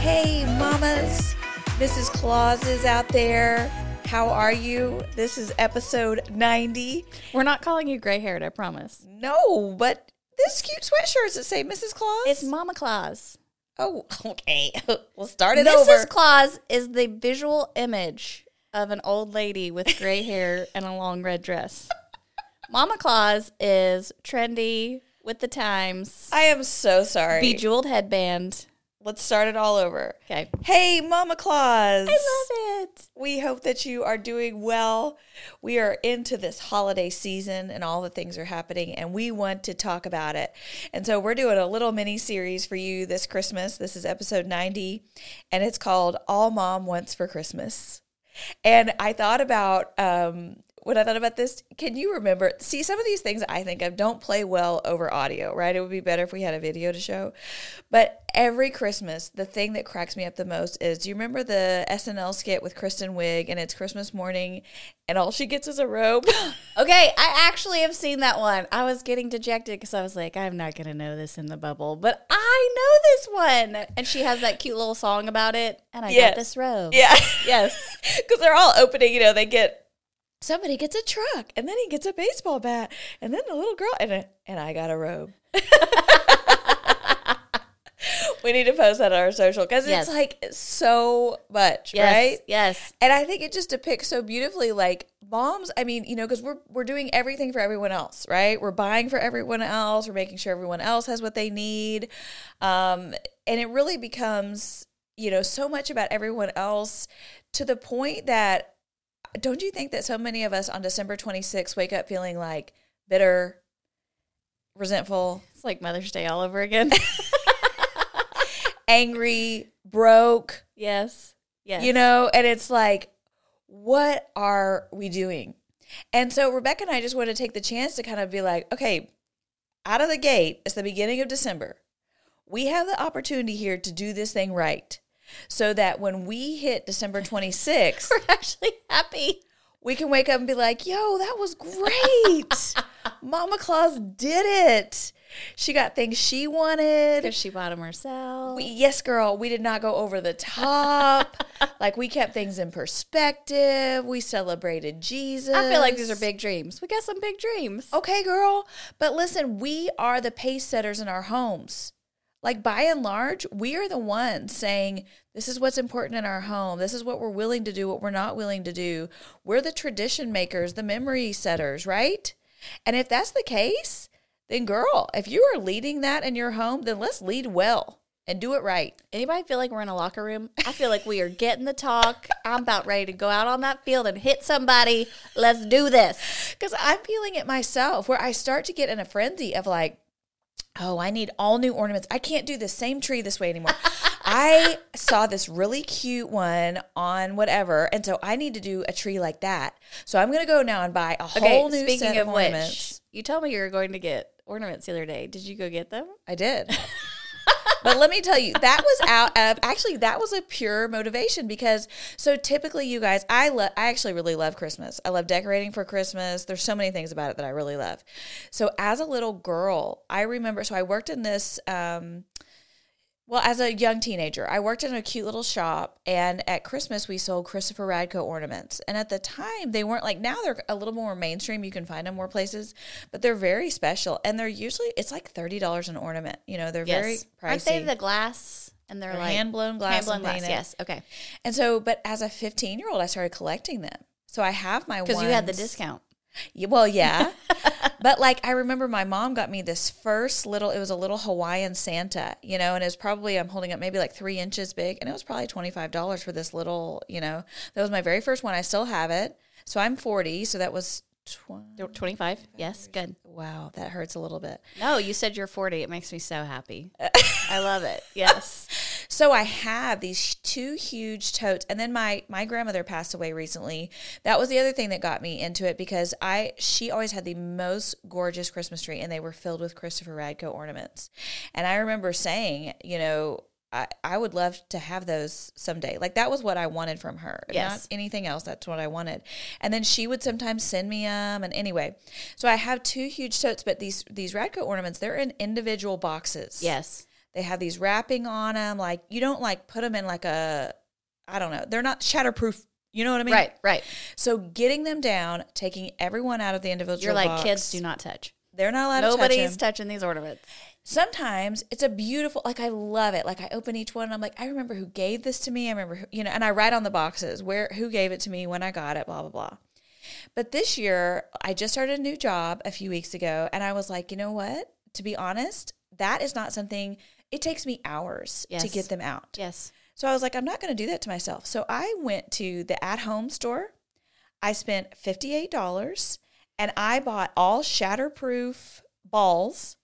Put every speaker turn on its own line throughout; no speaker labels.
Hey, mamas, Mrs. Claus is out there. How are you? This is episode 90.
We're not calling you gray haired, I promise.
No, but this cute sweatshirts that say Mrs. Claus.
It's Mama Claus.
oh, okay. we'll start it
Mrs.
over.
Claus is the visual image of an old lady with gray hair and a long red dress. Mama Claus is trendy with the times,
I am so sorry.
bejeweled headband.
Let's start it all over.
Okay.
Hey, Mama Claus.
I love it.
We hope that you are doing well. We are into this holiday season and all the things are happening, and we want to talk about it. And so, we're doing a little mini series for you this Christmas. This is episode 90, and it's called All Mom Wants for Christmas. And I thought about um, when I thought about this, can you remember? See, some of these things I think of don't play well over audio, right? It would be better if we had a video to show. But every Christmas, the thing that cracks me up the most is do you remember the SNL skit with Kristen Wiig and it's Christmas morning and all she gets is a robe?
Okay, I actually have seen that one. I was getting dejected because I was like, I'm not going to know this in the bubble, but I know this one. And she has that cute little song about it. And I
Yes.
got this robe.
yeah.
Yes.
Because they're all opening, you know, they get somebody gets a truck and then he gets a baseball bat and then the little girl and, I- and I got a robe. we need to post that on our social because
Yes.
it's like so much,
Yes.
right?
Yes.
And I think it just depicts so beautifully, like moms. I mean, you know, because we're we're doing everything for everyone else, right? We're buying for everyone else. We're making sure everyone else has what they need, um, and it really becomes, you know, so much about everyone else to the point that don't you think that so many of us on December 26th wake up feeling like bitter, resentful,
It's like Mother's Day all over again.
angry, broke,
yes. Yes.
you know and it's like what are we doing and so rebecca and i just want to take the chance to kind of be like okay out of the gate it's the beginning of december we have the opportunity here to do this thing right so that when we hit december 26th
we're actually happy.
we can wake up and be like, yo, that was great. Mama Claus did it. She got things she wanted.
Because she bought them herself.
We, yes, girl, we did not go over the top. like we kept things in perspective. We celebrated Jesus.
I feel like these are big dreams. We got some big dreams.
Okay, girl. But listen, we are the pace setters in our homes. Like by and large, we are the ones saying, this is what's important in our home. This is what we're willing to do, what we're not willing to do. We're the tradition makers, the memory setters, right? And if that's the case, then girl, if you are leading that in your home, then let's lead well and do it right.
Anybody feel like we're in a locker room? I feel like we are getting the talk. I'm about ready to go out on that field and hit somebody. Let's do this.
Because I'm feeling it myself where I start to get in a frenzy of like, oh, I need all new ornaments. I can't do the same tree this way anymore. I saw this really cute one on whatever. And so I need to do a tree like that. So I'm going to go now and buy a whole new set of, ornaments.
which, you told me you were going to get ornaments the other day. Did you go get them?
I did. but let me tell you, that was out of actually that was a pure motivation because so typically you guys, I love I actually really love Christmas. I love decorating for Christmas. There's so many things about it that I really love. So as a little girl, I remember so I worked in this um well, as a young teenager, I worked in a cute little shop, and at Christmas we sold Christopher Radko ornaments. And at the time, they weren't like now; they're a little more mainstream. You can find them more places, but they're very special, and they're usually it's like thirty dollars an ornament. You know, they're very pricey.
Aren't they the glass and they're,
They're
like
hand blown glass?
hand-blown
and
glass?
painted.
Yes. Okay.
And so, but as a fifteen year old, I started collecting them. So I have my
Because you had the
ones-
discount.
yeah, Well, yeah. but like I remember my mom got me this first little it was a little Hawaiian Santa, you know, and it was probably I'm holding up maybe like three inches big and it was probably twenty five dollars for this little, you know. That was my very first one. I still have it. So I'm forty, so that was Tw-
Tw- 25? Yes, good.
wow, that hurts a little bit.
No, you said you're 40. It makes me so happy. I love it. Yes.
So I have these two huge totes, and then my my grandmother passed away recently. That was the other thing that got me into it because I she always had the most gorgeous Christmas tree, and they were filled with Christopher Radko ornaments. And I remember saying, you know. I, I would love to have those someday. Like that was what I wanted from her. Not
Yes.
anything else. That's what I wanted. And then she would sometimes send me them. And anyway, so I have two huge totes, but these these Radko ornaments, they're in individual boxes.
Yes.
They have these wrapping on them. Like you don't like put them in like a, I don't know. They're not shatterproof. You know what I mean?
right, right.
So getting them down, taking everyone out of the individual.
You're like,
box,
kids do not touch.
They're not allowed to touch
Nobody's
them.
touching these ornaments.
Sometimes it's a beautiful. Like I love it. Like I open each one. and I'm like, I remember who gave this to me. I remember who, you know. And I write on the boxes where who gave it to me, when I got it, blah blah blah. But this year, I just started a new job a few weeks ago, and I was like, you know what? To be honest, that is not something. It takes me hours to
Yes.
get them out.
Yes.
So I was like, I'm not going to do that to myself. So I went to the at home store. I spent $58 and I bought all shatterproof balls.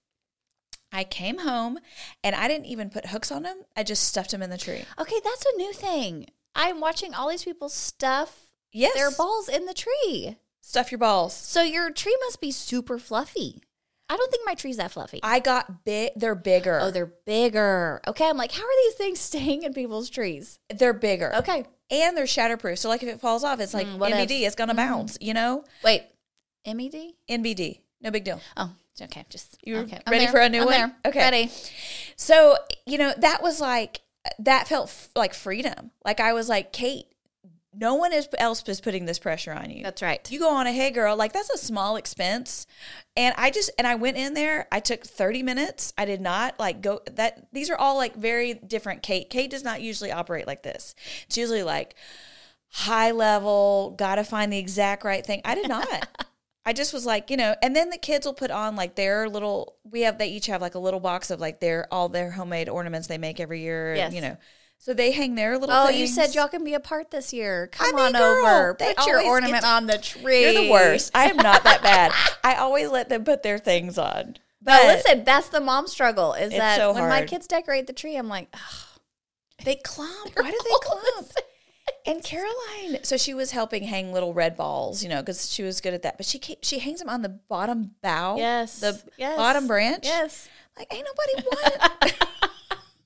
I came home and I didn't even put hooks on them. I just stuffed them in the tree.
Okay, that's a new thing. I'm watching all these people stuff
Yes.
their balls in the tree.
Stuff your balls.
So your tree must be super fluffy. I don't think my tree's that fluffy.
I got big. They're bigger.
oh, they're bigger. Okay, I'm like, how are these things staying in people's trees?
they're-, they're bigger.
Okay.
And they're shatterproof. So, like, if it falls off, it's like
Mm, what
NBD.
ifs?
It's going to
Mhm.
bounce, you know?
Wait. MED?
NBD. No big deal.
Oh, it's okay. Just
You
okay.
ready for a new one? Okay.
Okay. Ready.
So, you know, that was like, that felt f- like freedom. Like I was like, Kate, no one is, else is putting this pressure on you.
That's right.
you go on ahead, girl. Like that's a small expense. And I just, and I went in there, I took 30 minutes. I did not like go that, these are all like very different Kate. Kate does not usually operate like this. It's usually like high level, got to find the exact right thing. I did not. I just was like, you know, and then the kids will put on like their little. We have they each have like a little box of like their all their homemade ornaments they make every year.
Yes.
you know, so they hang their little.
Oh, you said
things.
y'all can be apart this year. Come
mean,
on
girl,
over.
they
Put your
always get
ornament
to-
on the tree.
You're the worst. I am not that bad. I always let them put their things on.
But listen, that's the mom struggle. Is
It's
that
so
when my
hard.
kids decorate the tree, I'm like, "Ugh,
they clump. Why do
all
they clump?
this-
And Caroline, so she was helping hang little red balls, you know, because she was good at that. But she ca- she hangs them on the bottom bough,
Yes.
the
Yes.
bottom branch.
Yes.
Like ain't nobody want.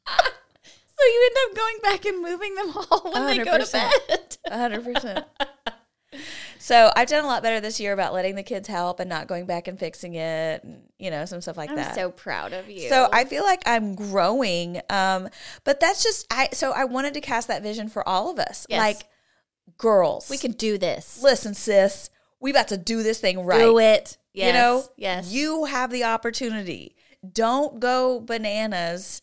So you end up going back and moving them all when they go to
100%.
bed.
hundred percent. So I've done a lot better this year about letting the kids help and not going back and fixing it, and, you know, some stuff like
I'm
that.
so proud of you.
So I feel like I'm growing, um, but that's just I. So I wanted to cast that vision for all of us,
Yes.
like girls.
we can do this.
listen, sis. We about to do this thing right.
Do it. Yes.
You know,
Yes.
You have the opportunity. Don't go bananas.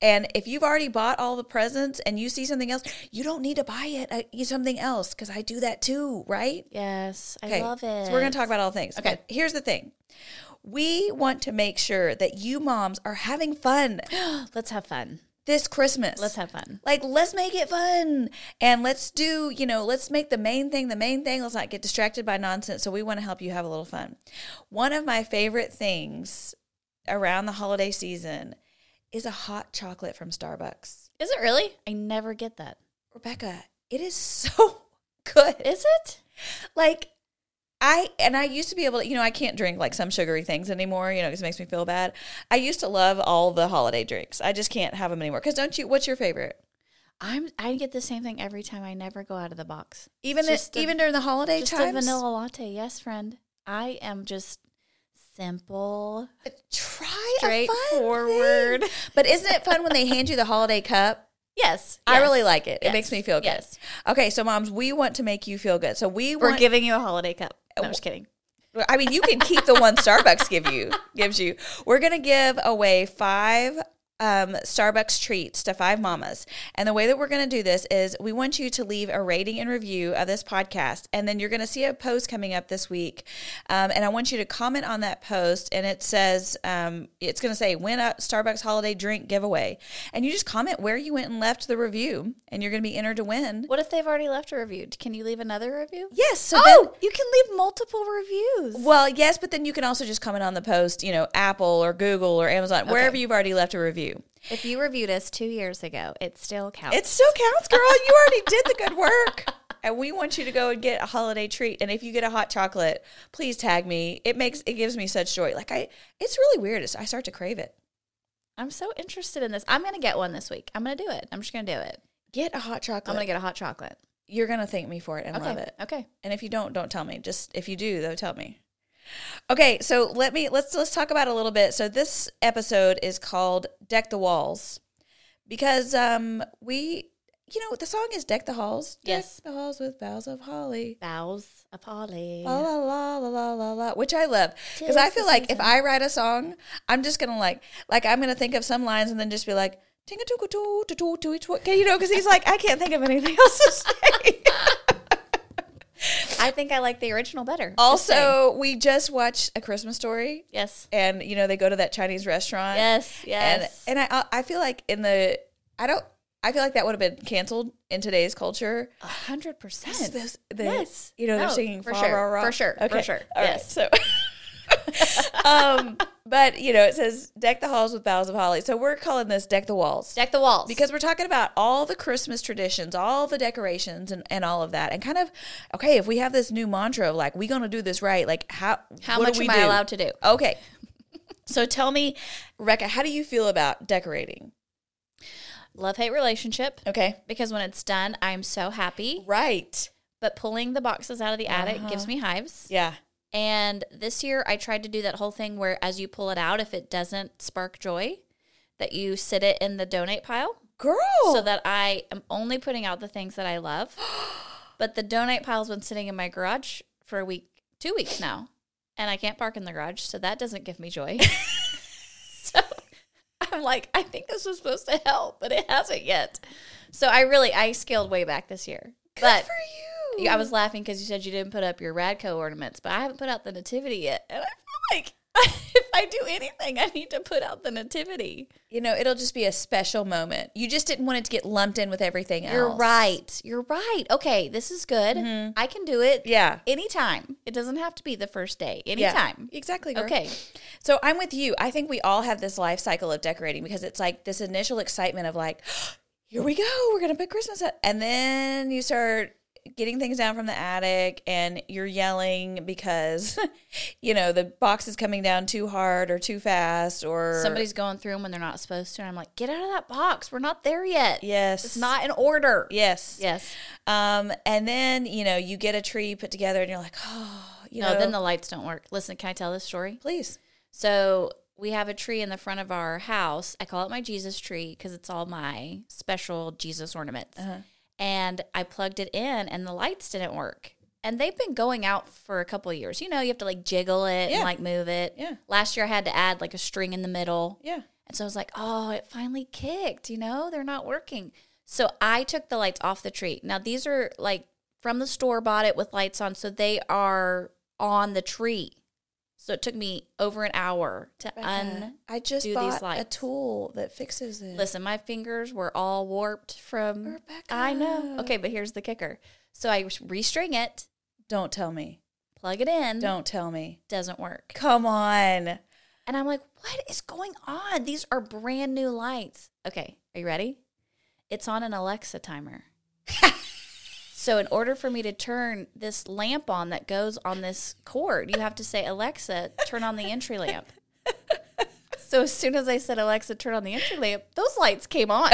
And if you've already bought all the presents and you see something else, you don't need to buy it. I, you something else because I do that too, right?
Yes. I love it.
So we're going to talk about all things.
Okay.
But here's the thing. We want to make sure that you moms are having fun
Let's have fun.
this Christmas.
Let's have fun.
like let's make it fun and let's do, you know, let's make the main thing the main thing. Let's not get distracted by nonsense. So we want to help you have a little fun. One of my favorite things around the holiday season is a hot chocolate from Starbucks.
Is it really? I never get that.
Rebecca, it is so good.
Is it?
like I and I used to be able to, you know, I can't drink like some sugary things anymore, you know, because it makes me feel bad. I used to love all the holiday drinks. I just can't have them anymore. Because don't you? What's your favorite?
I'm. I get the same thing every time. I never go out of the box.
Even
It's just
the,
a-
even during the holiday
Just
times,
a vanilla latte, yes, friend. I am just simple.
Try
Straightforward.
straightforward. But isn't it fun when they hand you the holiday cup?
Yes,
I
yes.
really like it.
Yes.
It makes me feel good.
Yes.
Okay, so moms, we want to make you feel good. So we
We're
want.
giving you a holiday cup. No, I'm just kidding.
I mean, you can keep the one Starbucks give you gives you. We're gonna give away five um, Starbucks treats to five mamas. And the way that we're going to do this is we want you to leave a rating and review of this podcast. And then you're going to see a post coming up this week. Um, and I want you to comment on that post. And it says, um, it's going to say, win a Starbucks holiday drink giveaway. And you just comment where you went and left the review. And you're going to be entered to win.
What if they've already left a review? Can you leave another review?
Yes. So then,
Oh, you can leave multiple reviews.
Well, yes, but then you can also just comment on the post, you know, Apple or Google or Amazon, wherever you've already left a review.
If you reviewed us two years ago, it still counts.
It still counts, girl. You already did the good work. And we want you to go and get a holiday treat. And if you get a hot chocolate, please tag me. It makes it gives me such joy. Like I it's really weird. It's, I start to crave it.
I'm so interested in this. I'm gonna get one this week. I'm gonna do it. I'm just gonna do it.
Get a hot chocolate.
I'm gonna get a hot chocolate.
You're gonna thank me for it and
okay.
love it.
Okay.
And if you don't, don't tell me. Just if you do, though, tell me. Okay, so let me let's let's talk about it a little bit. So this episode is called "Deck the Walls" because um we you know the song is "Deck the Halls." Deck
Yes.
the halls with boughs of holly.
Bows of holly.
La la la la la la la, which I love because
Tis
I
the
feel like if
season.
I write a song, I'm just gonna like like I'm gonna think of some lines and then just be like tinga too too too too too. You know, because he's like I can't think of anything else to say.
I think I like the original better. Just saying.
Also, we just watched A Christmas Story,
yes,
and you know they go to that Chinese restaurant.
yes, yes.
And, and I I feel like in the I don't I feel like that would have been canceled in today's culture.
A hundred percent.
Yes, the-
Yes.
you know they're
No,
singing
for
"Fa
sure,
Ra Ra."
for sure, for
Okay.
sure.
All right,
Yes.
so. um, but you know it says deck the halls with boughs of holly. So we're calling this deck the walls
Deck the walls
because we're talking about all the Christmas traditions, all the decorations, and, and all of that, and kind of okay, if we have this new mantra of like we're gonna do this right, like how
how
what do
much
we
am I
do?
allowed to do?
Okay, so tell me, Rebecca, how do you feel about decorating?
Love hate relationship.
Okay,
Because when it's done, I'm so happy.
right,
But pulling the boxes out of the attic
Uh-huh.
gives me hives.
yeah,
And this year, I tried to do that whole thing where as you pull it out, if it doesn't spark joy, that you sit it in the donate pile.
girl,
so that I am only putting out the things that I love. but the donate pile's been sitting in my garage for a week, two weeks now, and I can't park in the garage, so that doesn't give me joy. so I'm like, I think this was supposed to help, but it hasn't yet. So I really I scaled way back this year. but
for
I was laughing because you said you didn't put up your Radco ornaments, but I haven't put out the nativity yet, and I feel like if I do anything, I need to put out the nativity.
you know it'll just be a special moment. You just didn't want it to get lumped in with everything else. Mm-hmm.
You're right. You're right. Okay, this is good. I can do it.
Yeah.
Anytime. It doesn't have to be the first day. Anytime.
Yeah, exactly. girl.
Okay.
So I'm with you. I think we all have this life cycle of decorating because it's like this initial excitement of like, here we go, we're gonna put Christmas up, and then you start getting things down from the attic and you're yelling because you know the box is coming down too hard or too fast or
Somebody's going through them when they're not supposed to. And I'm like, get out of that box. We're not there yet.
yes
It's not in order.
yes
Yes.
um and then you know you get a tree put together and you're like oh you
No,
know
then the lights don't work. Listen, can I tell this story?
please
So we have a tree in the front of our house. I call it my Jesus tree because it's all my special Jesus ornaments.
Uh-huh.
And I plugged it in, and the lights didn't work. And they've been going out for a couple of years. You know, you have to like jiggle it
Yeah.
and like move it.
Yeah.
Last year I had to add like a string in the middle.
yeah
And so I was like, oh, it finally kicked. You know, they're not working. So I took the lights off the tree. Now, these are like from the store, bought it with lights on. So they are on the tree. So it took me over an hour to un.
I just
uh, do these
bought a
lights.
tool that fixes it
Listen, my fingers were all warped from.
Rebecca.
I know. Okay, but here's the kicker. So I restring it,
don't tell me
plug it in.
Don't tell me.
Doesn't work.
Come
Oh
on.
And I'm like, what is going on? These are brand new lights. Okay, are you ready? It's on an Alexa timer. so, in order for me to turn this lamp on that goes on this cord, you have to say, Alexa, turn on the entry lamp. So, as soon as I said, Alexa, turn on the entry lamp, those lights came on,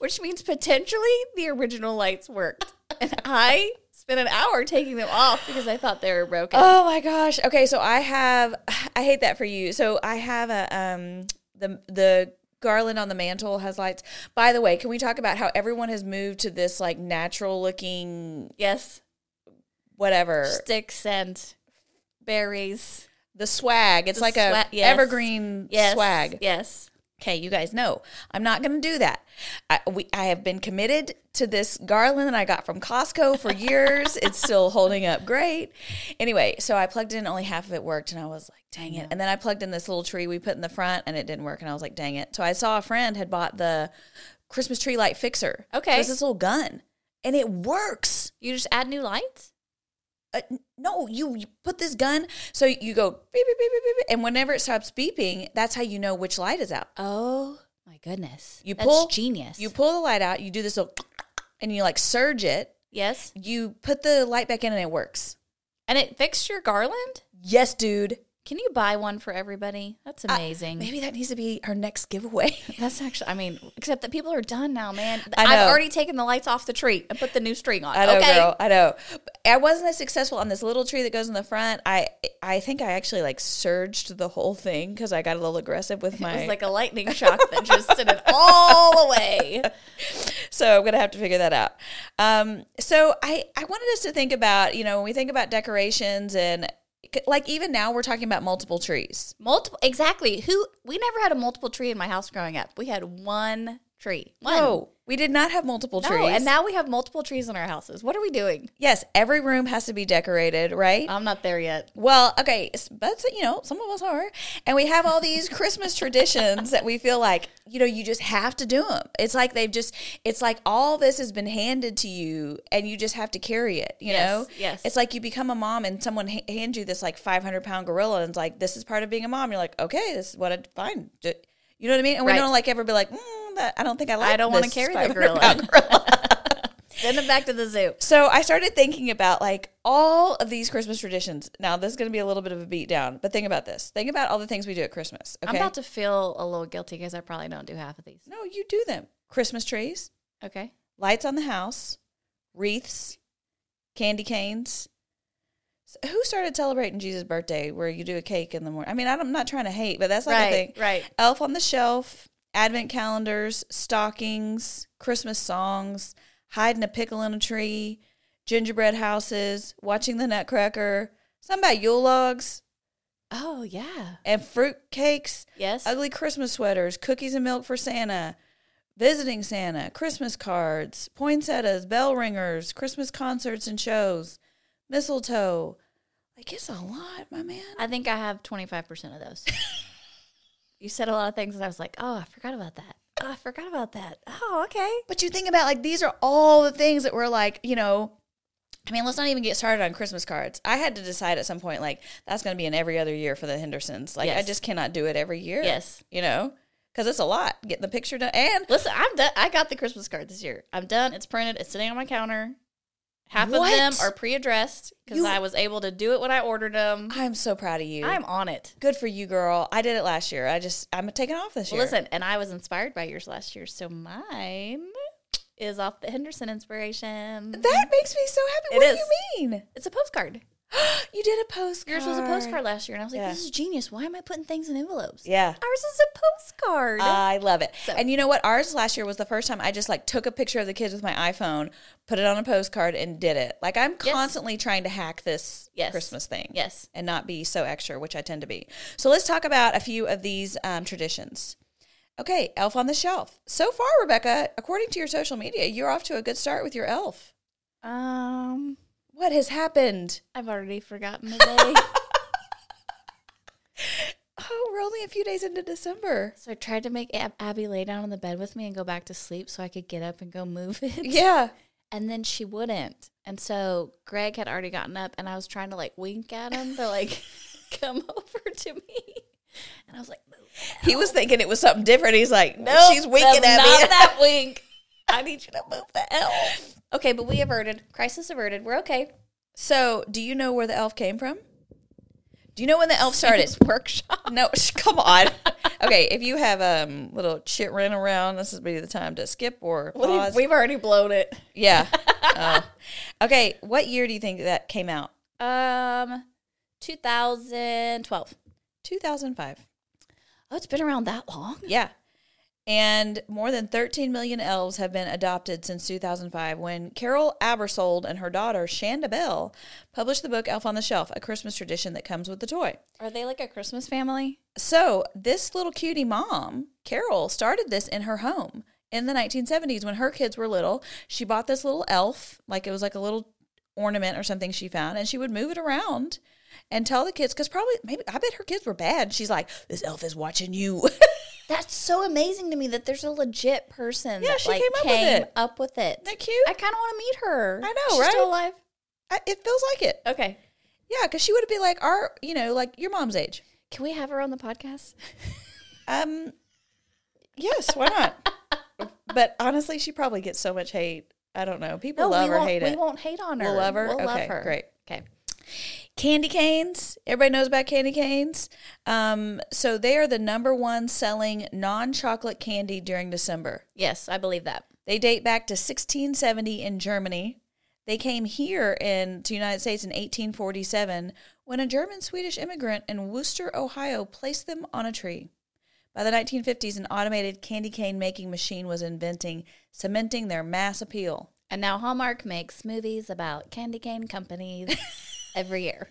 which means potentially the original lights worked. And I spent an hour taking them off because I thought they were broken.
Oh my gosh. Okay, so I have I hate that for you. So I have a um the the garland on the mantle has lights. By the way, can we talk about how everyone has moved to this like natural looking
yes.
whatever
sticks and berries.
the swag. It's
The
like
swa-
a
yes.
evergreen
Yes.
swag.
Yes.
Okay, you guys know I'm not going to do that. I, we, I have been committed to this garland that I got from Costco for years. it's still holding up great. Anyway, so I plugged in, only half of it worked, and I was like, dang it. And then I plugged in this little tree we put in the front, and it didn't work, and I was like, dang it. So I saw a friend had bought the Christmas tree light fixer.
Okay.
So it's this little gun, and it works.
You just add new lights?
Uh, n- no, you, you put this gun, so you go beep, beep, beep, beep, beep, beep, and whenever it stops beeping, that's how you know which light is out.
Oh my goodness.
You
That's
pull-
genius.
You pull the light out, you do this little and you like surge it,
yes.
you put the light back in and it works.
And it fixed your garland?
Yes, dude.
Can you buy one for everybody? That's
I-
amazing.
maybe that needs to be our next giveaway.
That's actually, I mean, except that people are done now, man.
I know.
I've already taken the lights off the tree and put the new string on.
I know,
okay.
girl. I know. I wasn't as successful on this little tree that goes in the front. I I think I actually like surged the whole thing because I got a little aggressive with
It
my.
was like a lightning shock that just sent it all away.
so I'm gonna have to figure that out. Um, so I I wanted us to think about you know when we think about decorations and like even now we're talking about multiple trees.
Multiple, exactly. Who, we never had a multiple tree in my house growing up. We had one tree. One.
No, we did not have multiple
Oh. No,
trees.
and now we have multiple trees in our houses. What are we doing?
Yes, every room has to be decorated, right?
I'm not there yet.
well, okay, s- but you know, some of us are, and we have all these Christmas traditions that we feel like you know you just have to do them. It's like they've just, it's like all this has been handed to you, and you just have to carry it. You
Yes,
know,
yes.
It's like you become a mom, and someone ha- hands you this like 500 pound gorilla, and it's like this is part of being a mom. You're like, okay, this is what I fine. Ju- You know what I mean? And we
Right.
don't like ever be like, mm, that, I don't think I like.
I don't want to
this
carry the
500
gorilla.
pound
Send it back to the zoo.
so I started thinking about like all of these Christmas traditions. Now this is going to be a little bit of a beat down, but think about this. Think about all the things we do at Christmas. Okay.
I'm about to feel a little guilty because I probably don't do half of these.
no, you do them. Christmas trees,
Okay.
lights on the house, wreaths, candy canes. S- Who started celebrating Jesus' birthday where you do a cake in the morning? I mean, I don't- I'm not trying to hate, but that's like a thing.
Right. Right.
Elf on the shelf, advent calendars, stockings, Christmas songs, hiding a pickle in a tree, gingerbread houses, watching the Nutcracker, some about Yule logs
Oh, yeah.
and fruit cakes,
Yes.
ugly Christmas sweaters, cookies and milk for Santa, visiting Santa, Christmas cards, poinsettias, bell ringers, Christmas concerts and shows, mistletoe. Like it's a lot, my man.
I think I have 25% of those. you said a lot of things, and I was like, oh, I forgot about that. Oh, I forgot about that. Oh, okay.
But you think about like these are all the things that were like, you know, I mean, let's not even get started on Christmas cards. I had to decide at some point like that's going to be in every other year for the Hendersons. Like I
Yes.
just cannot do it every year.
Yes.
You know, cuz it's a lot getting the picture done and
Listen, I'm done. I got the Christmas card this year. I'm done. It's printed. It's sitting on my counter. Half
What?
of them are pre-addressed because
You-
I was able to do it when I ordered them.
I'm so proud of you.
I'm on it.
good for you, girl. I did it last year. I just I'm taking off this
Well,
year.
listen, and I was inspired by yours last year, so mine is off the Henderson inspiration.
That makes me so happy.
It
what
is.
do you mean?
it's a postcard.
You did a postcard.
Yours was a postcard last year, and I was like,
Yeah.
"This is genius. Why am I putting things in envelopes?"
Yeah.
Ours is a postcard.
I love it.
So-
And you know what? Ours last year was the first time I just like took a picture of the kids with my iPhone, put it on a postcard, and did it. Like I'm
Yes.
constantly trying to hack this
Yes.
Christmas thing.
Yes.
And not be so extra, which I tend to be. So let's talk about a few of these um, traditions. Okay, elf on the shelf. So far, Rebecca, according to your social media, you're off to a good start with your elf.
Um,
What has happened?
I've already forgotten the day.
Oh, we're only a few days into December.
so I tried to make Ab- Abby lay down on the bed with me and go back to sleep so I could get up and go move it.
Yeah.
And then she wouldn't. And so Greg had already gotten up and I was trying to like wink at him to like come over to me. And I was like, "Move."
He was thinking it was something different. He's like, no, she's
Nope,
winking at me.
that's Not that wink. I need you to move the elf. Okay, but we averted. Crisis averted. We're okay.
So, do you know where the elf came from? Do you know when the elf started?
This workshop.
no, sh- come on. okay, if you have um little shit ran around, this would be the time to skip or pause.
We've already blown it.
yeah. Oh. Okay, what year do you think that came out?
Um, 2012.
2005.
Oh, it's been around that long.
Yeah. And more than 13 million elves have been adopted since 2005 when Carol Abersold and her daughter, Shanda Bell, published the book Elf on the Shelf, a Christmas tradition that comes with the toy.
Are they like a Christmas family?
So, this little cutie mom, Carol, started this in her home in the 1970s when her kids were little. She bought this little elf, like it was like a little ornament or something she found, and she would move it around and tell the kids, because probably, maybe, I bet her kids were bad. She's like, This elf is watching you.
That's so amazing to me that there's a legit person
Yeah,
that
she
like
came up with it.
up with it.
Isn't that cute?
I kind of want to meet her.
I know,
She's Still
right?
alive?
I, it feels like it.
Okay.
Yeah, because she would have been like our, you know, like your mom's age.
Can we have her on the podcast?
Um, yes, why not? but honestly, she probably gets so much hate. I don't know. People love
we
or
won't.
hate
we
it.
won't hate on her.
We'll love her?
We'll love
Okay,
her.
great.
Okay.
Candy canes. Everybody knows about candy canes. Um, so they are the number one selling non-chocolate candy during December.
Yes, I believe that.
They date back to 1670 in Germany. They came here in to the United States in 1847 when a German Swedish immigrant in Wooster, Ohio, placed them on a tree. By the 1950s, an automated candy cane making machine was inventing, cementing their mass appeal.
And now Hallmark makes movies about candy cane companies every year.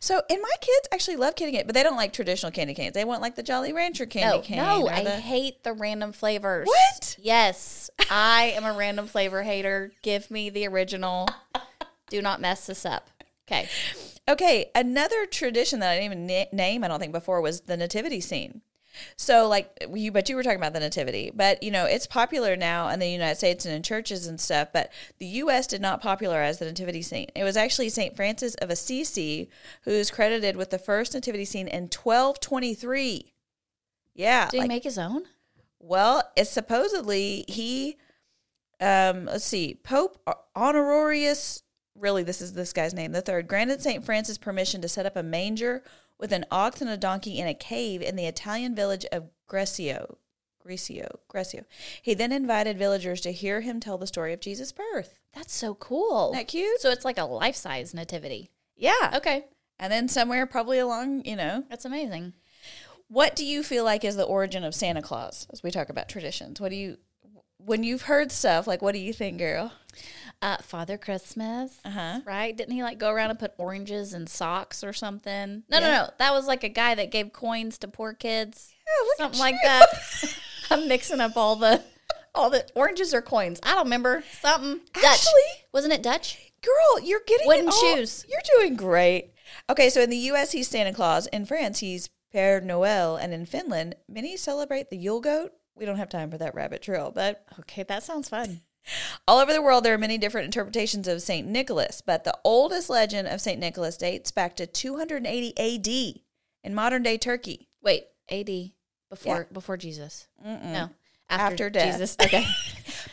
So, and my kids actually love candy cane, but they don't like traditional candy canes. They want like the Jolly Rancher candy
Oh, no,
cane.
no,
or
I
the-
hate the random flavors.
What?
Yes, I am a random flavor hater. Give me the original. Do not mess this up. Okay.
Okay, another tradition that I didn't even na- name, I don't think before, was the nativity scene. So, like you, but you were talking about the nativity, but you know it's popular now in the United States and in churches and stuff. But the U.S. did not popularize the nativity scene. It was actually Saint Francis of Assisi who is credited with the first nativity scene in 1223. Yeah,
Did he
like-
make his own?
well, it's supposedly he. Um, let's see, Pope Honorarius. Really, this is this guy's name. The third granted Saint Francis permission to set up a manger with an ox and a donkey in a cave in the Italian village of Grecio. Grecio, Grecio. He then invited villagers to hear him tell the story of Jesus' birth.
That's so cool.
Isn't that cute?
So it's like a life size nativity.
yeah.
Okay.
And then somewhere, probably along, you know,
That's amazing.
what do you feel like is the origin of Santa Claus? As we talk about traditions, what do you, when you've heard stuff like, what do you think, girl?
Uh, Father Christmas,
Uh huh.
right? Didn't he like go around and put oranges in socks or something? No,
Yeah.
no, no. That was like a guy that gave coins to poor kids.
Yeah, look at
something like that. I'm mixing up all the all the oranges or coins. I don't remember. Something Dutch.
Actually-
Wasn't it Dutch?
Girl, you're getting it
Wooden
all.
shoes.
You're doing great. Okay, so in the U.S. he's Santa Claus. In France, he's Père Noël, and in Finland, many celebrate the Yule goat. We don't have time for that rabbit trail, but
Okay, that sounds fun.
all over the world there are many different interpretations of Saint Nicholas. But the oldest legend of Saint Nicholas dates back to 280 A.D. in modern-day Turkey.
Wait, AD before before Jesus. No. After,
After death.
Jesus. Okay.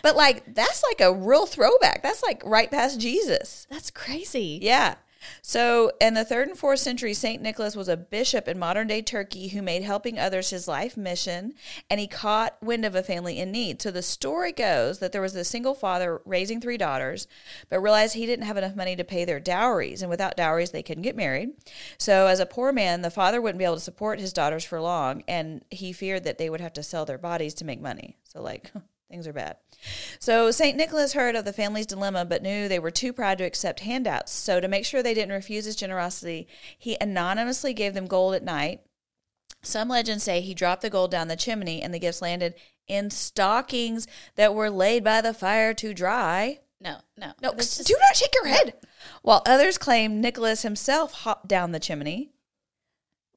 But like that's like a real throwback. That's like right past Jesus.
That's crazy.
Yeah. So, in the third and fourth century, St. Nicholas was a bishop in modern day Turkey who made helping others his life mission, and he caught wind of a family in need. So, the story goes that there was a single father raising three daughters, but realized he didn't have enough money to pay their dowries, and without dowries, they couldn't get married. So, as a poor man, the father wouldn't be able to support his daughters for long, and he feared that they would have to sell their bodies to make money. So, like, Things are bad. So, St. Nicholas heard of the family's dilemma, but knew they were too proud to accept handouts. So, to make sure they didn't refuse his generosity, he anonymously gave them gold at night. Some legends say he dropped the gold down the chimney and the gifts landed in stockings that were laid by the fire to dry.
No, no.
No,
That's
do not shake your head. While others claim Nicholas himself hopped down the chimney.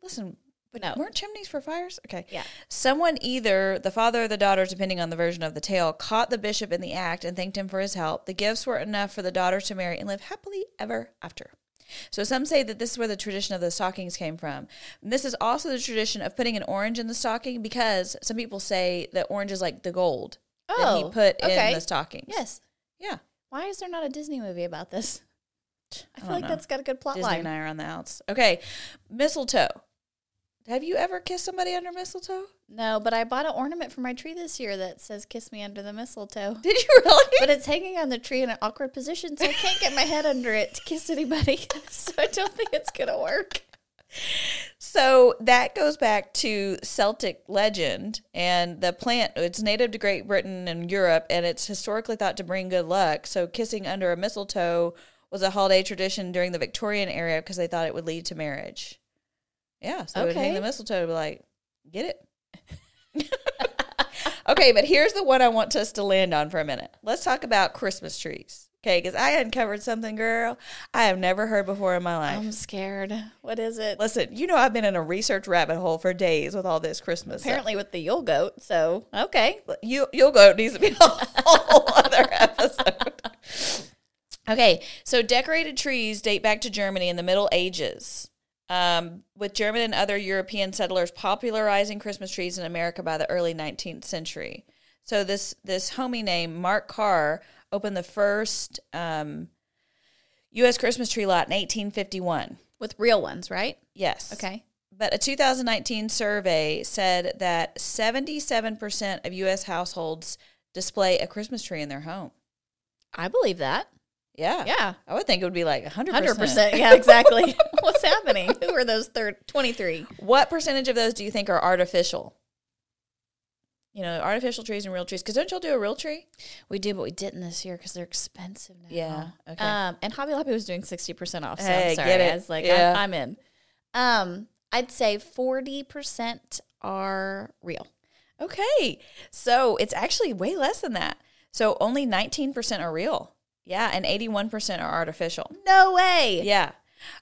Listen, but
No.
weren't chimneys for fires? Okay.
Oh. Yeah.
Someone, either the father or the daughters, depending on the version of the tale, caught the bishop in the act and thanked him for his help. The gifts were enough for the daughters to marry and live happily ever after. So some say that this is where the tradition of the stockings came from. And this is also the tradition of putting an orange in the stocking because some people say that orange is like the gold that
Oh,
he put
okay.
in the stockings.
Yes.
Yeah.
Why is there not a Disney movie about this? I feel
don't
like
know.
that's got a good plot
Disney
line.
and I are on the outs. Okay, mistletoe. Have you ever kissed somebody under mistletoe?
No, but I bought an ornament for my tree this year that says "Kiss me under the mistletoe,"
Did you really?
but it's hanging on the tree in an awkward position, so I can't get my head under it to kiss anybody. so I don't think it's gonna work.
So that goes back to Celtic legend and the plant. It's native to Great Britain and Europe, and it's historically thought to bring good luck. So kissing under a mistletoe was a holiday tradition during the Victorian era because they thought it would lead to marriage. Yeah, so okay. hang
Okay.
the mistletoe to be like, get it. okay, but here's the one I want us to land on for a minute. Let's talk about Christmas trees. Okay, because I uncovered something, girl, I have never heard before in my life.
I'm scared. What is it?
Listen, you know I've been in a research rabbit hole for days with all this Christmas. stuff.
Apparently with the Yule goat. So okay.
you you'll go it needs to be a whole other episode. Okay, so decorated trees date back to Germany in the Middle Ages. Um, with German and other European settlers popularizing Christmas trees in America by the early 19th century. So this this homie name Mark Carr opened the first um, U.S. Christmas tree lot in 1851.
With real ones, right?
Yes.
Okay.
But a 2019 survey said that 77% of U.S. households display a Christmas tree in their home.
I believe that.
Yeah.
Yeah.
I would think it would be like 100%.
100%. Yeah, exactly. What's happening? Who are those third 23?
What percentage of those do you think are artificial? You know, artificial trees and real trees. Because don't y'all do a real tree?
We did, but we didn't this year because they're expensive now.
Yeah, okay.
Um, and Hobby Lobby was doing sixty percent off. So
Hey,
I'm sorry.
get it.
I was like,
Yeah.
I'm, I'm in. Um, I'd say forty percent are real.
Okay. So it's actually way less than that. So only 19% are real. Yeah. And 81% are artificial.
No way.
Yeah.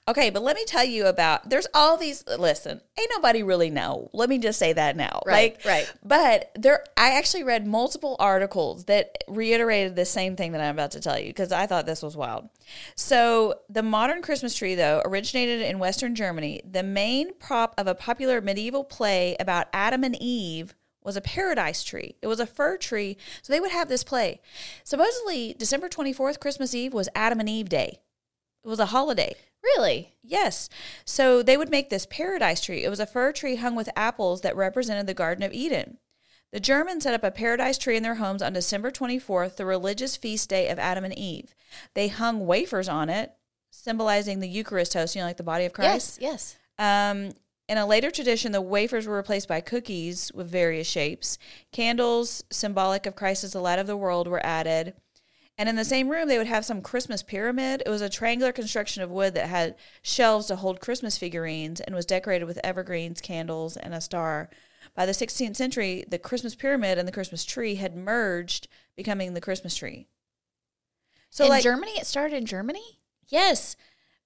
Okay, but let me tell you about there's all these listen, ain't nobody really know. Let me just say that now.
Right,
Like,
right.
But there I actually read multiple articles that reiterated the same thing that I'm about to tell you because I thought this was wild. So the modern Christmas tree though originated in western Germany. The main prop of a popular medieval play about Adam and Eve was a paradise tree. It was a fir tree. So they would have this play. Supposedly December 24th Christmas Eve was Adam and Eve Day. It was a holiday.
Really?
Yes. So they would make this paradise tree. It was a fir tree hung with apples that represented the Garden of Eden. The Germans set up a paradise tree in their homes on December 24th, the religious feast day of Adam and Eve. They hung wafers on it, symbolizing the Eucharist toast, you know, like the body of Christ.
Yes. Yes.
Um, in a later tradition, the wafers were replaced by cookies with various shapes. Candles, symbolic of Christ as the light of the world, were added. And in the same room, they would have some Christmas pyramid. It was a triangular construction of wood that had shelves to hold Christmas figurines and was decorated with evergreens, candles, and a star. By the 16th century, the Christmas pyramid and the Christmas tree had merged, becoming the Christmas tree.
in Germany, it started in Germany.
Yes.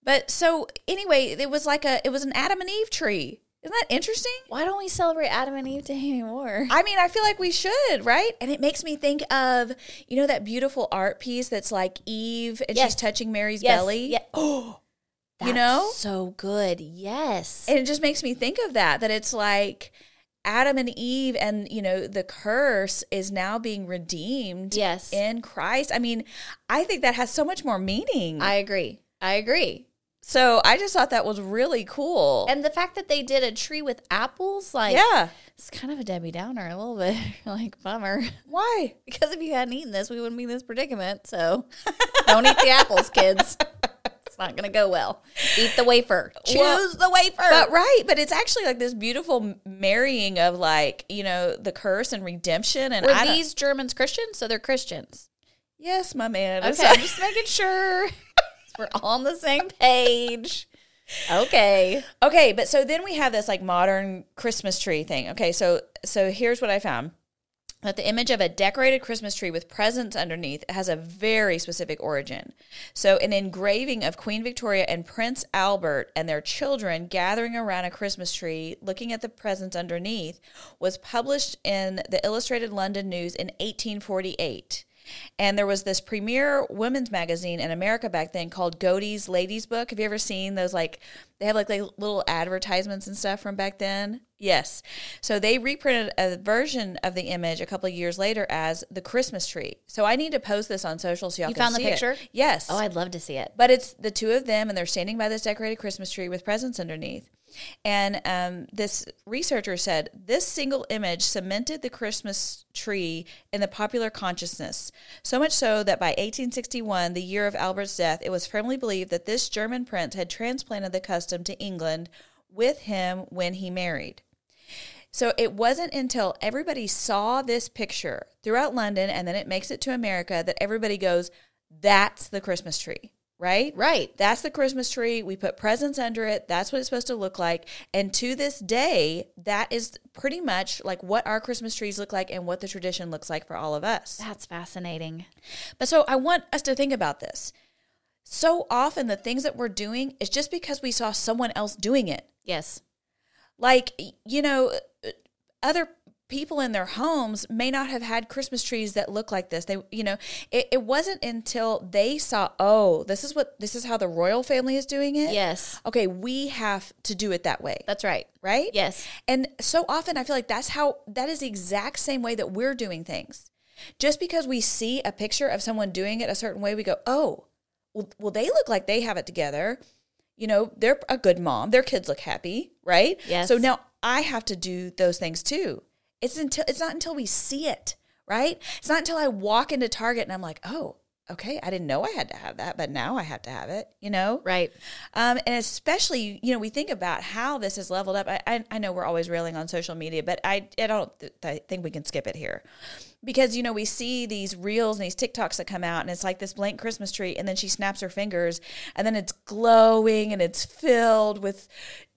But so anyway, it was like a it was an Adam and Eve tree. Isn't that interesting?
Why don't we celebrate Adam and Eve Day anymore?
I mean, I feel like we should, right? And it makes me think of you know that beautiful art piece that's like Eve and
Yes.
she's touching Mary's
Yes,
belly.
Yeah. Oh.
You know?
so good. Yes.
And it just makes me think of that that it's like Adam and Eve and you know the curse is now being redeemed
Yes.
in Christ. I mean, I think that has so much more meaning.
I agree. I agree.
so I just thought that was really cool.
And the fact that they did a tree with apples, like
yeah.
it's kind of a Debbie Downer a little bit. like bummer.
Why?
Because if you hadn't eaten this, we wouldn't be in this predicament. So don't eat the apples, kids. It's not gonna go well. Eat the wafer. Choose
Well,
the wafer.
But right, but it's actually like this beautiful m- marrying of like you know the curse and redemption and
Were
I don't-
these Germans Christians? So they're Christians.
yes, my man.
Okay,
So-
I'm just making sure we're on the same page. Okay.
okay, but so then we have this like modern Christmas tree thing. Okay, so so here's what I found. That the image of a decorated Christmas tree with presents underneath has a very specific origin. So, an engraving of Queen Victoria and Prince Albert and their children gathering around a Christmas tree, looking at the presents underneath, was published in the Illustrated London News in 1848. And there was this premier women's magazine in America back then called Godey's Ladies Book. Have you ever seen those? Like, they have like li- little advertisements and stuff from back then. Yes. So they reprinted a version of the image a couple of years later as the Christmas tree. So I need to post this on social so y'all
You
can
found the
see it.
picture?
Yes.
Oh, I'd love to see it.
But it's the two of them, and they're standing by this decorated Christmas tree with presents underneath. And um, this researcher said this single image cemented the Christmas tree in the popular consciousness, so much so that by 1861, the year of Albert's death, it was firmly believed that this German prince had transplanted the custom to England, with him when he married. So it wasn't until everybody saw this picture throughout London and then it makes it to America that everybody goes, that's the Christmas tree, right?
Right.
That's the Christmas tree. We put presents under it. That's what it's supposed to look like. And to this day, that is pretty much like what our Christmas trees look like and what the tradition looks like for all of us.
That's fascinating.
But so I want us to think about this. So often, the things that we're doing is just because we saw someone else doing it.
Yes.
Like, you know, uh, other people in their homes may not have had Christmas trees that look like this. They, you know, it, it wasn't until they saw, oh, this is what, this is how the royal family is doing it.
Yes.
Okay, we have to do it that way.
That's right.
right?
Yes.
And so often I feel like that's how that is the exact same way that we're doing things. Just because we see a picture of someone doing it a certain way, we go, oh, well, well they look like they have it together. You know, they're a good mom. Their kids look happy, right?
Yes.
So now I have to do those things too. It's until it's not until we see it, right? It's not until I walk into Target and I'm like, oh, okay, I didn't know I had to have that, but now I have to have it. You know,
Right.
um, and especially, you know, we think about how this is leveled up. I, I, I know we're always railing on social media, but I, I don't th- I think we can skip it here because, you know, we see these reels and these TikToks that come out and it's like this blank Christmas tree and then she snaps her fingers and then it's glowing and it's filled with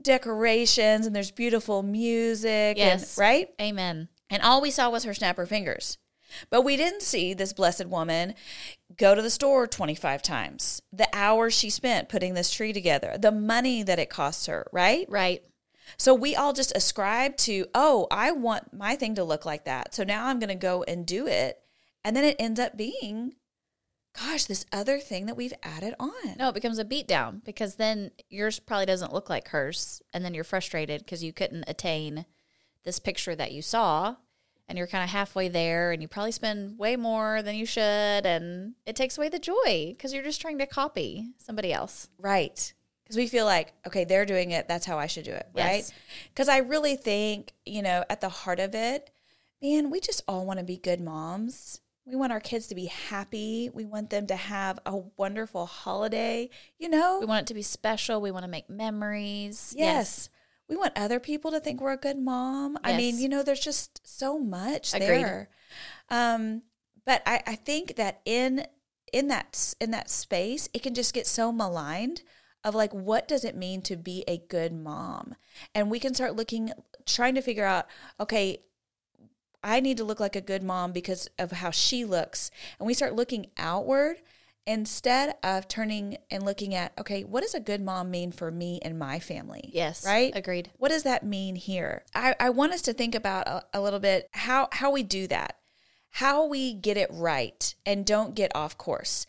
decorations and there's beautiful music.
Yes.
And, right?
Amen.
And all we saw was her snap her fingers. But we didn't see this blessed woman go to the store 25 times, the hours she spent putting this tree together, the money that it costs her, right?
Right.
So we all just ascribe to, oh, I want my thing to look like that. So now I'm going to go and do it. And then it ends up being, gosh, this other thing that we've added on.
No, it becomes a beatdown because then yours probably doesn't look like hers. And then you're frustrated because you couldn't attain this picture that you saw. And you're kind of halfway there and you probably spend way more than you should. And it takes away the joy because you're just trying to copy somebody else.
Right. Because we feel like, okay, they're doing it. That's how I should do it.
Yes.
Right. Because I really think, you know, at the heart of it, man, we just all want to be good moms. We want our kids to be happy. We want them to have a wonderful holiday, you know?
We want it to be special. We want to make memories.
yes. We want other people to think we're a good mom. I mean,
Yes.
you know, there's just so much
Agreed.
there. Um, but I, I think that in in that s- in that space, it can just get so maligned of like, what does it mean to be a good mom? And we can start looking, trying to figure out, okay, I need to look like a good mom because of how she looks. And we start looking outward instead of turning and looking at, okay, what does a good mom mean for me and my family?
Yes.
Right?
Agreed.
What does that mean here? I, I want us to think about a, a little bit how, how we do that, how we get it right and don't get off course.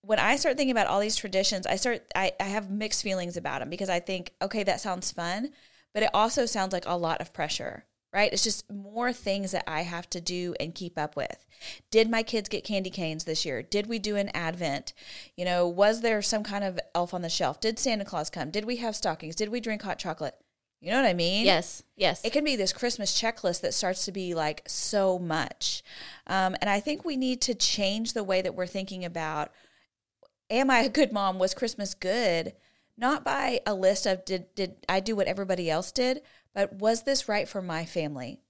When I start thinking about all these traditions, I start I, I have mixed feelings about them because I think, okay, that sounds fun, but it also sounds like a lot of pressure. Right? It's just more things that I have to do and keep up with. Did my kids get candy canes this year? Did we do an advent? You know, was there some kind of elf on the shelf? Did Santa Claus come? Did we have stockings? Did we drink hot chocolate? You know what I mean?
Yes. Yes.
It can be this Christmas checklist that starts to be like so much. Um, and I think we need to change the way that we're thinking about am I a good mom? Was Christmas good? Not by a list of did, did I do what everybody else did, but was this right for my family?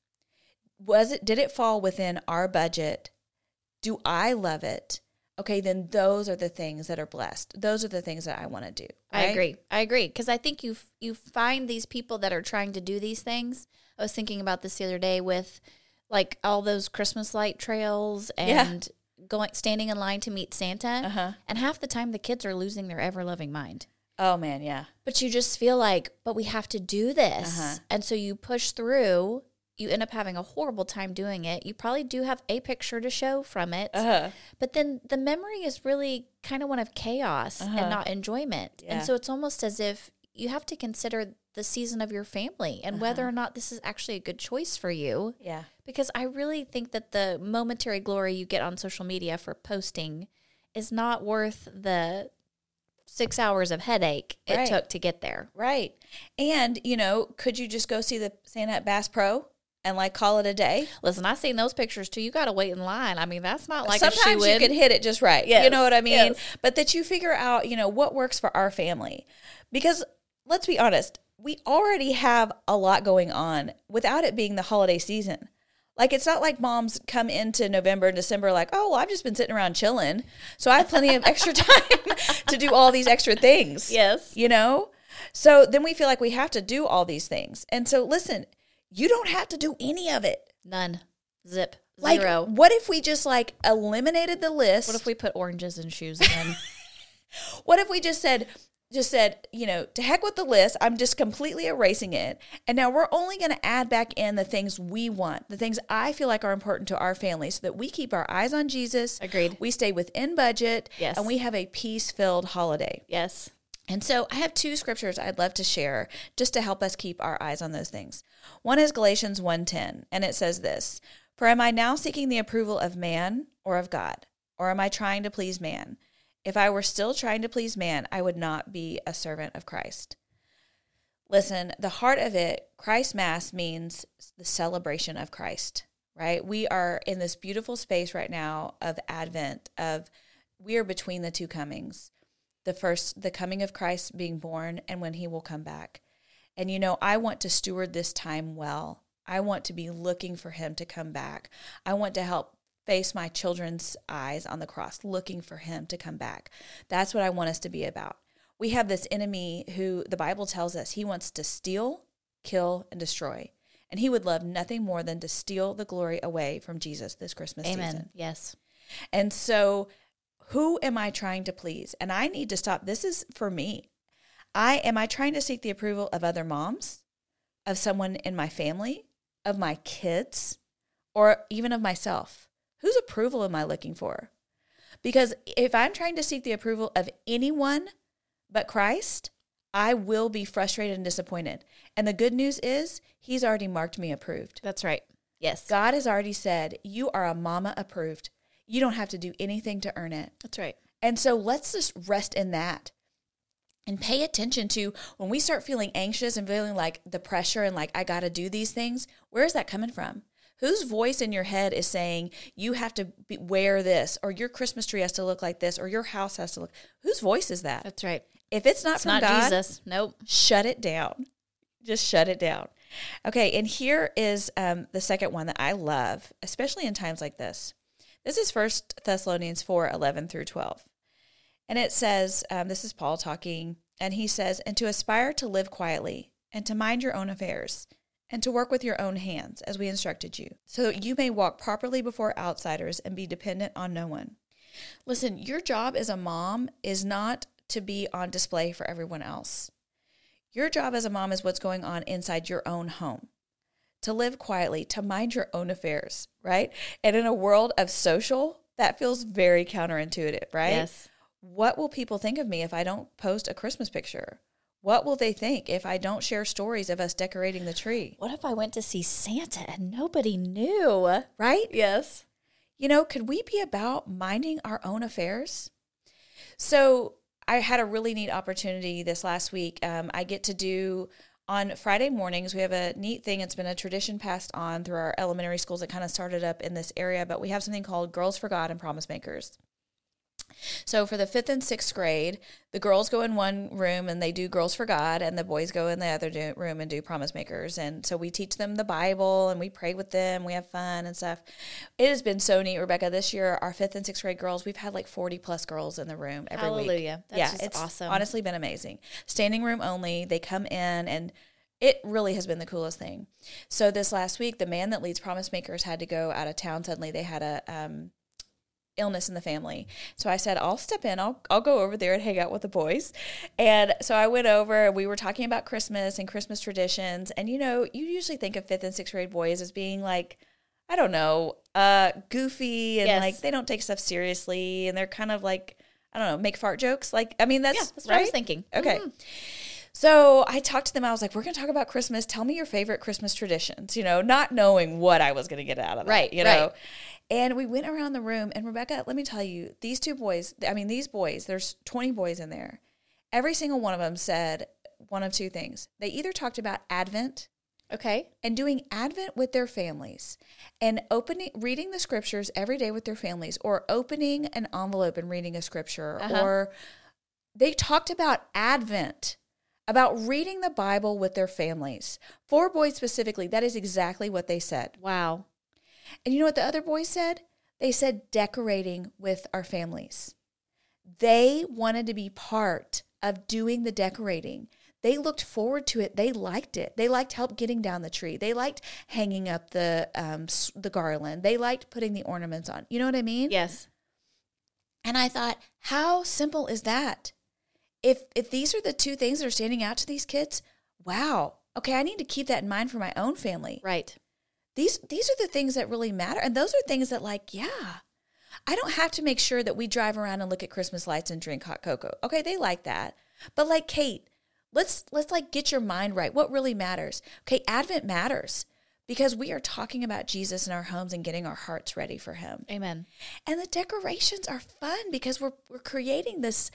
Was it did it fall within our budget? Do I love it? Okay, then those are the things that are blessed. Those are the things that I want to do.
I
right?
agree. I agree because I think you f- you find these people that are trying to do these things. I was thinking about this the other day with like all those Christmas light trails
Yeah.
and going standing in line to meet Santa,
Uh-huh.
and half the time the kids are losing their ever loving mind.
Oh man, yeah.
But you just feel like, but we have to do this,
Uh-huh.
and so you push through. You end up having a horrible time doing it. You probably do have a picture to show from it.
Uh-huh.
But then the memory is really kind of one of chaos
Uh-huh.
and not enjoyment.
Yeah.
And so it's almost as if you have to consider the season of your family and
Uh-huh.
whether or not this is actually a good choice for you.
Yeah.
Because I really think that the momentary glory you get on social media for posting is not worth the six hours of headache it
Right.
took to get there.
Right. And, you know, could you just go see the Santa at Bass Pro and like call it a day?
Listen, I've seen those pictures too. You got to wait in line. I mean, that's not like a
Sometimes you
shoe-in.
can hit it just right. You
Yes,
know what I mean?
yes.
But that you figure out, you know, what works for our family. Because let's be honest, we already have a lot going on without it being the holiday season. Like it's not like moms come into November and December like, oh, well, I've just been sitting around chilling, so I have plenty of extra time to do all these extra things.
Yes.
you know. So then we feel like we have to do all these things, and so listen, you don't have to do any of it.
None. Zip.
Like,
Zero.
what if we just like eliminated the list?
What if we put oranges and shoes in?
What if we just said, just said, you know, to heck with the list. I'm just completely erasing it. And now we're only going to add back in the things we want, the things I feel like are important to our family so that we keep our eyes on Jesus.
Agreed.
We stay within budget.
Yes.
And we have a peace filled holiday.
yes.
And so I have two scriptures I'd love to share just to help us keep our eyes on those things. One is Galatians 1:10, and it says this, "For am I now seeking the approval of man or of God? Or am I trying to please man? If I were still trying to please man, I would not be a servant of Christ." Listen, the heart of it, Christ Mass means the celebration of Christ, right? We are in this beautiful space right now of Advent, of we are between the two comings the first the coming of Christ being born and when he will come back. And you know, I want to steward this time well. I want to be looking for him to come back. I want to help face my children's eyes on the cross looking for him to come back. That's what I want us to be about. We have this enemy who the Bible tells us he wants to steal, kill and destroy. And he would love nothing more than to steal the glory away from Jesus this Christmas
Amen.
season.
Yes.
And so, who am I trying to please? And I need to stop. This is for me. I am I trying to seek the approval of other moms, of someone in my family, of my kids, or even of myself? Whose approval am I looking for? Because if I'm trying to seek the approval of anyone but Christ, I will be frustrated and disappointed. And the good news is, he's already marked me approved.
That's right. Yes.
God has already said, You are a mama approved. You don't have to do anything to earn it.
That's right.
And so let's just rest in that and pay attention to when we start feeling anxious and feeling like the pressure and like, I got to do these things, where is that coming from? Whose voice in your head is saying, You have to be, wear this, or your Christmas tree has to look like this, or your house has to look? Whose voice is that?
That's right.
If it's not
It's
from
not
God,
Jesus. Nope.
shut it down. Just shut it down. Okay, and here is um, the second one that I love, especially in times like this. This is First Thessalonians 4 11 through 12. And it says, um, This is Paul talking, and he says, And to aspire to live quietly, and to mind your own affairs, and to work with your own hands, as we instructed you, so that you may walk properly before outsiders and be dependent on no one. Listen, your job as a mom is not to be on display for everyone else. Your job as a mom is what's going on inside your own home. To live quietly, to mind your own affairs, right? And in a world of social, that feels very counterintuitive, right?
Yes.
What will people think of me if I don't post a Christmas picture? What will they think if I don't share stories of us decorating the tree?
What if I went to see Santa and nobody knew?
Right?
Yes.
you know, could we be about minding our own affairs? So I had a really neat opportunity this last week. Um, I get to do on Friday mornings, we have a neat thing. It's been a tradition passed on through our elementary schools. It kind of started up in this area, but we have something called Girls for God and Promise Makers. So for the fifth and sixth grade, the girls go in one room and they do Girls for God, and the boys go in the other do- room and do Promise Makers. And so we teach them the Bible and we pray with them. We have fun and stuff. It has been so neat, Rebecca. This year, our fifth and sixth grade girls, we've had like forty plus girls in the room every week.
Hallelujah. That's
yeah,
just
it's
awesome.
Honestly, been amazing. Standing room only. They come in and. It really has been the coolest thing. So this last week, the man that leads Promise Makers had to go out of town. Suddenly, they had a um, illness in the family. So I said, I'll step in. I'll, I'll go over there and hang out with the boys. And so I went over and we were talking about Christmas and Christmas traditions. And, you know, you usually think of fifth and sixth grade boys as being like, I don't know, uh, goofy and
Yes.
like they don't take stuff seriously. And they're kind of like, I don't know, make fart jokes. Like, I mean, that's,
Yeah, that's what
right.
I was thinking.
Okay. So I talked to them. I was like, we're going to talk about Christmas. Tell me your favorite Christmas traditions, you know, not knowing what I was going to get out of that,
Right,
you know.
right.
And we went around the room. And Rebecca, let me tell you, these two boys, I mean, these boys, there's 20 boys in there. Every single one of them said one of two things. They either talked about Advent
Okay.
and doing Advent with their families and opening reading the scriptures every day with their families or opening an envelope and reading a scripture
Uh-huh.
or they talked about Advent. about reading the Bible with their families. Four boys specifically, that is exactly what they said.
Wow.
And you know what the other boys said? They said decorating with our families. They wanted to be part of doing the decorating. They looked forward to it. They liked it. They liked help getting down the tree. They liked hanging up the um, s- the garland. They liked putting the ornaments on. You know what I mean?
Yes.
And I thought, how simple is that? If if these are the two things that are standing out to these kids, wow. Okay, I need to keep that in mind for my own family.
Right.
These these are the things that really matter. And those are things that like, yeah. I don't have to make sure that we drive around and look at Christmas lights and drink hot cocoa. Okay, they like that. But like Kate, let's let's like get your mind right. What really matters? Okay, Advent matters because we are talking about Jesus in our homes and getting our hearts ready for him.
Amen.
And the decorations are fun because we're, we're creating this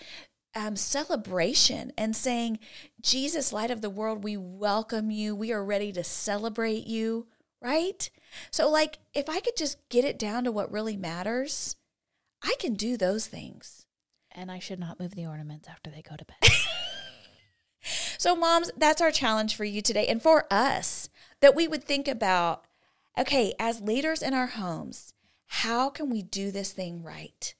um, celebration and saying, Jesus, light of the world, we welcome you. We are ready to celebrate you, right? So, like, if I could just get it down to what really matters, I can do those things.
And I should not move the ornaments after they go to bed.
So, moms, that's our challenge for you today and for us that we would think about okay, as leaders in our homes, how can we do this thing right?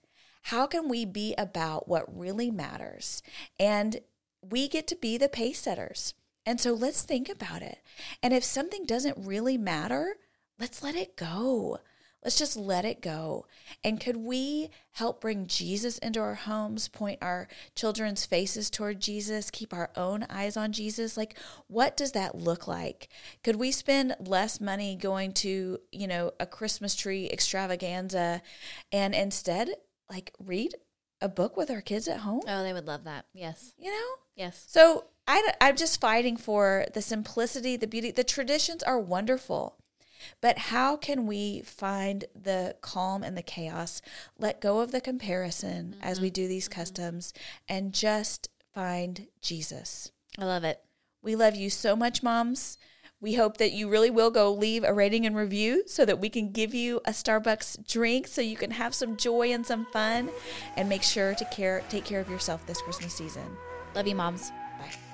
How can we be about what really matters? And we get to be the pace setters. And so let's think about it. And if something doesn't really matter, let's let it go. Let's just let it go. And could we help bring Jesus into our homes, point our children's faces toward Jesus, keep our own eyes on Jesus? Like, what does that look like? Could we spend less money going to, you know, a Christmas tree extravaganza and instead, like, read a book with our kids at home?
oh, they would love that. Yes.
You know?
Yes.
So I, am just fighting for the simplicity, the beauty. The traditions are wonderful, but how can we find the calm and the chaos, let go of the comparison as we do these customs, and just find Jesus?
I love it.
We love you so much, moms. We hope that you really will go leave a rating and review so that we can give you a Starbucks drink so you can have some joy and some fun and make sure to care take care of yourself this Christmas season.
Love you, moms.
Bye.